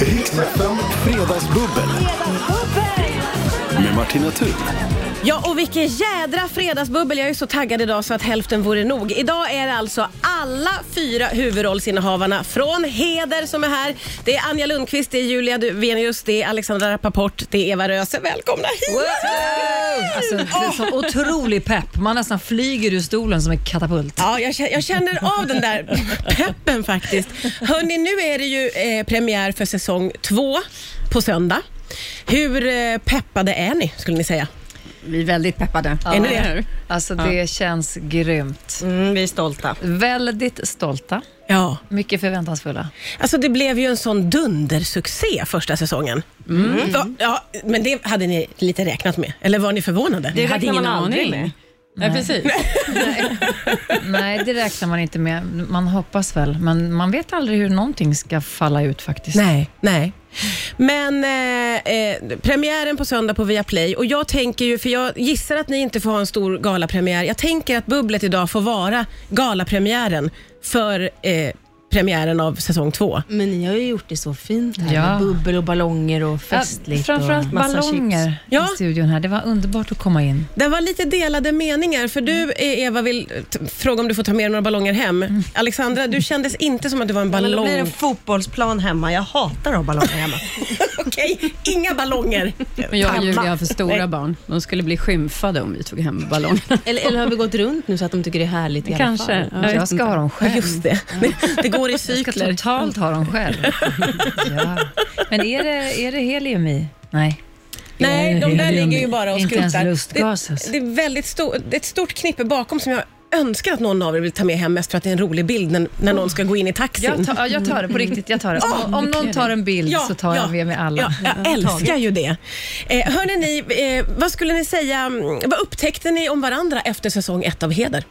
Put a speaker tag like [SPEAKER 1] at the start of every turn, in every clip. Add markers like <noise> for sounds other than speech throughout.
[SPEAKER 1] Rix FM Fredagsbubbel med Martina Thun.
[SPEAKER 2] Ja, och vilken jädra fredagsbubbel. Jag är så taggad idag så att hälften vore nog. Idag är det alltså alla fyra huvudrollsinnehavarna från Heder som är här. Det är Anja Lundqvist, det är Julia Duvenius, det är Alexandra Rappaport, det är Eva Röse. Välkomna hit!
[SPEAKER 3] Alltså, det är så otrolig pepp. Man nästan flyger ur stolen som en katapult.
[SPEAKER 2] Ja, jag, kä- jag känner av den där peppen faktiskt. Hörni, nu är det ju eh, premiär för säsong två på söndag. Hur eh, peppade är ni, skulle ni säga?
[SPEAKER 4] Vi är väldigt peppade.
[SPEAKER 3] Ja.
[SPEAKER 2] Är ni det?
[SPEAKER 3] Alltså, det känns grymt.
[SPEAKER 4] Mm, vi är stolta.
[SPEAKER 3] Väldigt stolta,
[SPEAKER 2] Ja.
[SPEAKER 3] mycket förväntansfulla.
[SPEAKER 2] Alltså det blev ju en sån dundersuccé första säsongen.
[SPEAKER 4] Mm.
[SPEAKER 2] Va- Ja, men det hade ni lite räknat med, eller var ni förvånade?
[SPEAKER 4] Det
[SPEAKER 5] Jag hade
[SPEAKER 4] räknar man
[SPEAKER 5] ingen
[SPEAKER 4] aldrig
[SPEAKER 5] aning.
[SPEAKER 4] med.
[SPEAKER 5] Nej, precis.
[SPEAKER 3] Nej. Nej, det räknar man inte med. Man hoppas väl, men man vet aldrig hur någonting ska falla ut faktiskt.
[SPEAKER 2] Nej, nej. Men eh, eh, premiären på söndag på Viaplay och jag tänker ju, för jag gissar att ni inte får ha en stor galapremiär. Jag tänker att bubblet idag får vara galapremiären för eh, premiären av säsong två.
[SPEAKER 5] <laughs> Men ni har ju gjort det så fint här
[SPEAKER 3] Ja.
[SPEAKER 5] med bubbel och ballonger och
[SPEAKER 3] Ja,
[SPEAKER 5] festligt.
[SPEAKER 3] Framförallt
[SPEAKER 5] och massa
[SPEAKER 3] ballonger
[SPEAKER 5] Chips.
[SPEAKER 2] Ja.
[SPEAKER 3] i studion här. Det var underbart att komma in.
[SPEAKER 2] Det var lite delade meningar, för
[SPEAKER 4] Mm.
[SPEAKER 2] du eh, Eva vill eh, t- fråga om du får ta med dig några ballonger hem. Alexandra, du kändes inte som att du var en
[SPEAKER 4] Men då
[SPEAKER 2] ballong.
[SPEAKER 4] blir det en fotbollsplan hemma. Jag hatar att ha ballonger hemma.
[SPEAKER 2] Okej, inga ballonger.
[SPEAKER 5] Men jag och Julia har för
[SPEAKER 2] Nej.
[SPEAKER 5] stora barn. De skulle bli skymfade om vi tog hem ballongerna. <laughs> Eller, eller har vi gått runt nu så att de tycker det är härligt i alla
[SPEAKER 3] Kanske.
[SPEAKER 5] fall?
[SPEAKER 3] Jag ska ha dem själv.
[SPEAKER 2] Just det. Det går i
[SPEAKER 3] Jag
[SPEAKER 2] cykler.
[SPEAKER 3] ska totalt ha dem själv. <laughs> ja. Men är det, är det helium i? Nej.
[SPEAKER 2] Nej, de där ligger ju bara och
[SPEAKER 3] Inte ens
[SPEAKER 2] skruttar.
[SPEAKER 3] lustgas,
[SPEAKER 2] Det,
[SPEAKER 3] alltså.
[SPEAKER 2] det är väldigt stor, det är ett stort knippe bakom som jag önskar att någon av er vill ta med hem mest för att det är en rolig bild när, när någon ska gå in i taxin.
[SPEAKER 3] Jag tar, ja, jag tar det på riktigt. Jag tar det. Om, om någon tar en bild så tar jag med mig alla.
[SPEAKER 2] Ja, jag älskar ju det. Eh, hörni, ni, eh, vad skulle ni säga, mm, vad upptäckte ni om varandra efter säsong ett av Heder?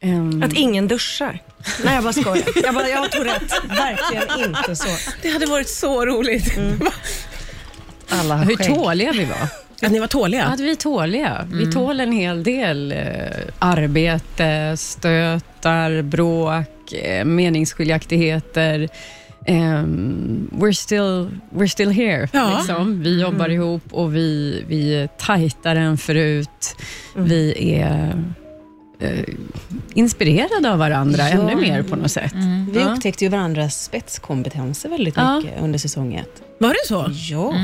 [SPEAKER 5] Ehm,
[SPEAKER 4] Att ingen duschar. Nej, jag bara skojar. Jag, bara, jag har Tourettes. Verkligen inte så. Mm.
[SPEAKER 2] Det hade varit så roligt.
[SPEAKER 3] Alla har
[SPEAKER 5] hur
[SPEAKER 3] skägg.
[SPEAKER 5] tåliga vi var. Mm.
[SPEAKER 2] att ni var tåliga.
[SPEAKER 5] Att vi är tåliga. Vi tål en hel del eh, arbete, stötar, bråk, eh, meningsskiljaktigheter. Ehm, we're, still, we're still here.
[SPEAKER 2] Ja.
[SPEAKER 5] Liksom. Vi jobbar ihop och vi, vi är tajtare än förut. Vi är eh, inspirerade av varandra
[SPEAKER 6] Ja.
[SPEAKER 5] ännu mer på något sätt.
[SPEAKER 6] Vi
[SPEAKER 5] Ja.
[SPEAKER 6] upptäckte ju varandras spetskompetenser väldigt
[SPEAKER 5] Ja.
[SPEAKER 6] mycket under säsong ett.
[SPEAKER 2] Var det så?
[SPEAKER 6] Ja.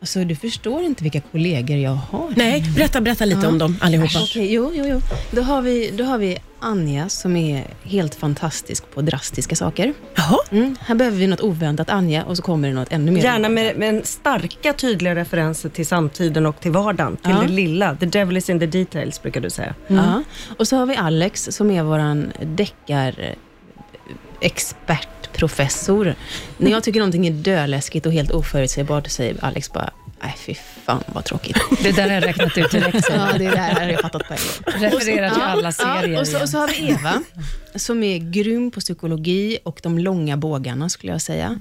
[SPEAKER 6] Alltså, du förstår inte vilka kollegor jag har.
[SPEAKER 2] Nej, berätta, berätta lite om dem allihopa.
[SPEAKER 6] Okej, jo, jo, jo. Då har, vi, då har vi Anja som är helt fantastisk på drastiska saker.
[SPEAKER 2] Jaha.
[SPEAKER 6] Mm. Här behöver vi något oväntat Anja och så kommer det något ännu mer.
[SPEAKER 4] Gärna med, med en starka, tydliga referenser till samtiden och till vardagen. Till
[SPEAKER 6] Ja.
[SPEAKER 4] det lilla. The devil is in the details, brukar du säga.
[SPEAKER 6] Ja. Och så har vi Alex som är våran deckar expertprofessor. När jag tycker någonting är döläskigt och helt oförutsägbart så säger Alex bara, nej fy fan vad tråkigt. <laughs>
[SPEAKER 3] Det där har jag räknat ut direkt.
[SPEAKER 6] Ja, det där har jag fattat på en gång.
[SPEAKER 3] Refererar till alla serier.
[SPEAKER 6] Ja, och, så, och så har vi Eva, som är grym på psykologi och de långa bågarna, skulle jag säga.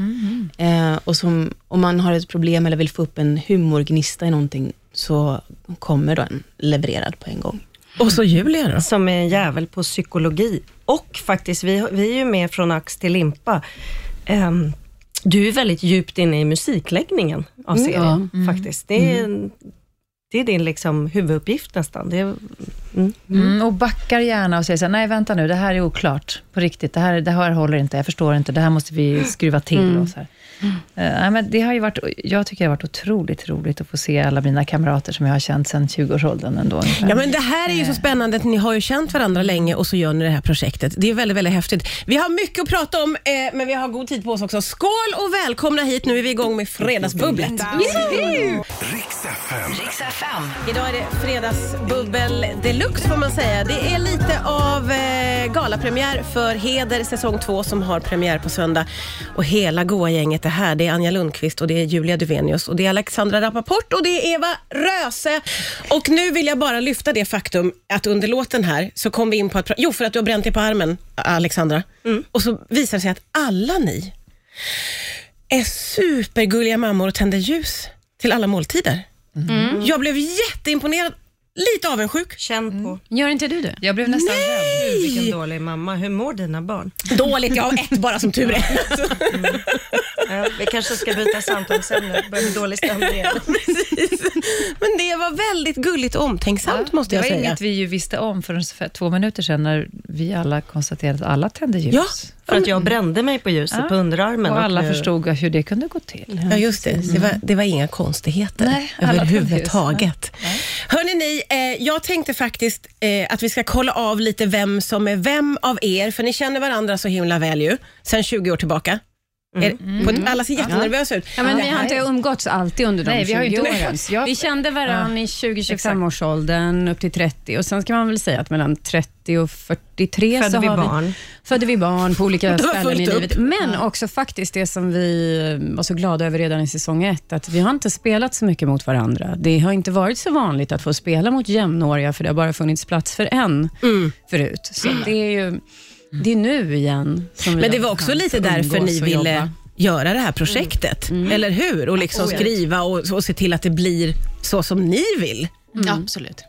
[SPEAKER 6] Eh, och som, om man har ett problem eller vill få upp en humorgnista i någonting, så kommer den levererad på en gång.
[SPEAKER 2] Och så Julia då?
[SPEAKER 4] Som är en jävel på psykologi. Och faktiskt, vi, vi är ju med från ax till limpa. Ehm, du är väldigt djupt inne i musikläggningen av
[SPEAKER 3] Mm,
[SPEAKER 4] serien, faktiskt. Det är, det är din liksom huvuduppgift nästan. Det är,
[SPEAKER 3] Mm, och backar gärna och säger så här, nej vänta nu, det här är oklart. På riktigt, det här, det här håller inte, jag förstår inte, det här måste vi skruva till. Och så här. Eh, nej, men det har ju varit, jag tycker det har varit otroligt roligt att få se alla mina kamrater som jag har känt sedan 20-årsåldern ändå. ungefär.
[SPEAKER 2] Ja, men det här är ju så
[SPEAKER 6] Eh.
[SPEAKER 2] spännande. att Ni har ju känt varandra länge och så gör ni det här projektet. Det är väldigt, väldigt häftigt. Vi har mycket att prata om, eh, men vi har god tid på oss också. Skål och välkomna hit. Nu är vi igång med Fredagsbubblet.
[SPEAKER 1] Rix FM.
[SPEAKER 2] Idag är det Fredagsbubbel deluxe får man säga. Det är lite av eh, galapremiär för Heder säsong 2 som har premiär på söndag. Och hela goa gänget är här. Det är Anja Lundqvist och det är Julia Duvenius och det är Alexandra Rappaport och det är Eva Röse. Och nu vill jag bara lyfta det faktum att under låten här så kom vi in på att... pra- Jo, för att du har bränt dig på armen, Alexandra. Och så visar det sig att alla ni är supergulliga mammor och tänder ljus till alla måltider. Jag blev jätteimponerad. Lite avundsjuk.
[SPEAKER 4] Känn
[SPEAKER 3] Mm.
[SPEAKER 4] på.
[SPEAKER 5] Gör inte du det?
[SPEAKER 3] Jag blev nästan rädd.
[SPEAKER 4] Vilken dålig mamma. Hur mår dina barn?
[SPEAKER 2] Dåligt, jag har ett bara som tur är.
[SPEAKER 4] Jag Vi kanske ska byta samtalsämne. Börjar med dålig stämning
[SPEAKER 3] <laughs>
[SPEAKER 4] igen.
[SPEAKER 2] <laughs> Men det var väldigt gulligt och omtänksamt måste
[SPEAKER 3] Det
[SPEAKER 2] jag
[SPEAKER 3] var
[SPEAKER 2] säga.
[SPEAKER 3] inget vi ju visste om förrän för två minuter sedan när vi alla konstaterade att alla tände ljus.
[SPEAKER 2] Ja.
[SPEAKER 4] För att jag brände mig på ljuset
[SPEAKER 3] Ja.
[SPEAKER 4] på underarmen.
[SPEAKER 3] och alla
[SPEAKER 4] nu-
[SPEAKER 3] förstod hur det kunde gå till.
[SPEAKER 2] Ja, just det. Det var, det var inga konstigheter
[SPEAKER 3] Nej, alla
[SPEAKER 2] överhuvudtaget. Hörrni ni, eh, jag tänkte faktiskt eh, att vi ska kolla av lite vem som är vem av er, för ni känner varandra så himla väl ju, sen 20 år tillbaka. Er, på, alla ser jättenervösa ut.
[SPEAKER 5] Ja, men vi har inte umgåtts alltid under de
[SPEAKER 3] Nej, vi har ju
[SPEAKER 5] 20
[SPEAKER 3] inte
[SPEAKER 5] åren.
[SPEAKER 3] umgåtts. Jag-
[SPEAKER 5] Vi kände varandra i
[SPEAKER 3] exakt.
[SPEAKER 5] 20-25-årsåldern upp till 30 och sen ska man väl säga att mellan 30 och 43
[SPEAKER 4] Födde
[SPEAKER 5] så
[SPEAKER 4] vi
[SPEAKER 5] har
[SPEAKER 4] barn.
[SPEAKER 5] födde vi barn på olika
[SPEAKER 2] Det var
[SPEAKER 5] ställen i
[SPEAKER 2] fullt upp.
[SPEAKER 5] livet. Men också faktiskt det som vi var så glada över redan i säsong ett, att vi har inte spelat så mycket mot varandra. Det har inte varit så vanligt att få spela mot jämnåriga, för det har bara funnits plats för en förut. Så det är ju det är nu igen som vi
[SPEAKER 2] Men det
[SPEAKER 5] har
[SPEAKER 2] var också
[SPEAKER 5] chans
[SPEAKER 2] lite
[SPEAKER 5] att
[SPEAKER 2] därför
[SPEAKER 5] umgås
[SPEAKER 2] ni
[SPEAKER 5] och
[SPEAKER 2] ville
[SPEAKER 5] jobba. Mm.
[SPEAKER 2] göra det här projektet, eller hur? Och liksom skriva och, och se till att det blir så som ni vill,
[SPEAKER 6] Absolut.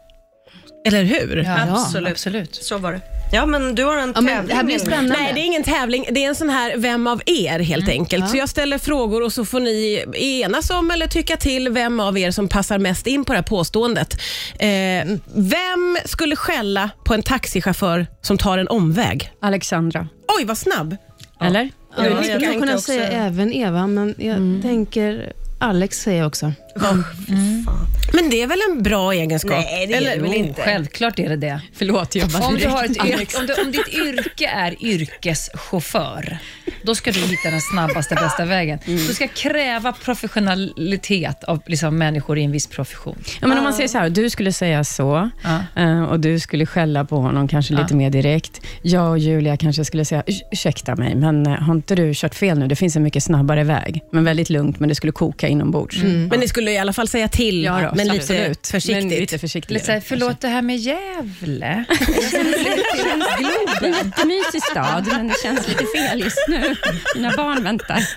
[SPEAKER 2] eller hur?
[SPEAKER 4] Absolut.
[SPEAKER 3] absolut.
[SPEAKER 4] Så var det. Ja, men du har en
[SPEAKER 6] Ja,
[SPEAKER 4] tävling.
[SPEAKER 6] men det här blir
[SPEAKER 4] nu.
[SPEAKER 6] spännande.
[SPEAKER 5] Mm.
[SPEAKER 2] Nej, det är ingen tävling. Det är en sån här Vem av er helt enkelt. Så jag ställer frågor och så får ni enas om eller tycka till vem av er som passar mest in på det här påståendet. Eh, vem skulle skälla på en taxichaufför som tar en omväg?
[SPEAKER 5] Alexandra,
[SPEAKER 2] Oj, vad snabb!
[SPEAKER 5] eller?
[SPEAKER 6] Ja,
[SPEAKER 4] jag
[SPEAKER 6] jag skulle
[SPEAKER 4] tänkte
[SPEAKER 6] kunna
[SPEAKER 4] också-
[SPEAKER 6] säga även Eva, men jag tänker Alex säger jag också.
[SPEAKER 2] Men det är väl en bra egenskap?
[SPEAKER 4] Nej, det är
[SPEAKER 2] Eller-
[SPEAKER 4] det väl inte.
[SPEAKER 3] Självklart är det det.
[SPEAKER 5] Förlåt, jag bara
[SPEAKER 3] Om, du har ett
[SPEAKER 5] direkt-
[SPEAKER 3] yrke, om, du, om ditt yrke är yrkeschaufför, då ska du hitta den snabbaste, bästa vägen. Du ska kräva professionalitet av liksom, människor i en viss profession.
[SPEAKER 5] Ja, men om man säger så här, du skulle säga så
[SPEAKER 3] Ja.
[SPEAKER 5] eh, och du skulle skälla på honom kanske lite
[SPEAKER 3] Ja.
[SPEAKER 5] mer direkt. Jag och Julia kanske skulle säga, "Urs- ursäkta mig, men eh, har inte du kört fel nu? Det finns en mycket snabbare väg. Men väldigt lugnt, men det skulle koka inombords. Mm.
[SPEAKER 2] Men ni skulle i alla fall säga till,
[SPEAKER 5] Ja, då,
[SPEAKER 2] men, lite
[SPEAKER 5] absolut.
[SPEAKER 2] försiktigt.
[SPEAKER 5] Men lite försiktigt.
[SPEAKER 3] Lite så här, förlåt det här med Gävle.
[SPEAKER 5] Det är en jättemysig stad, men det känns lite fel just nu. Mina barn väntar.